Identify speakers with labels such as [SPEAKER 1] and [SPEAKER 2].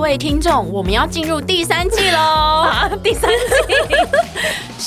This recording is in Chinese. [SPEAKER 1] 位听众，我们要进入第三季喽！
[SPEAKER 2] 啊， 第三季，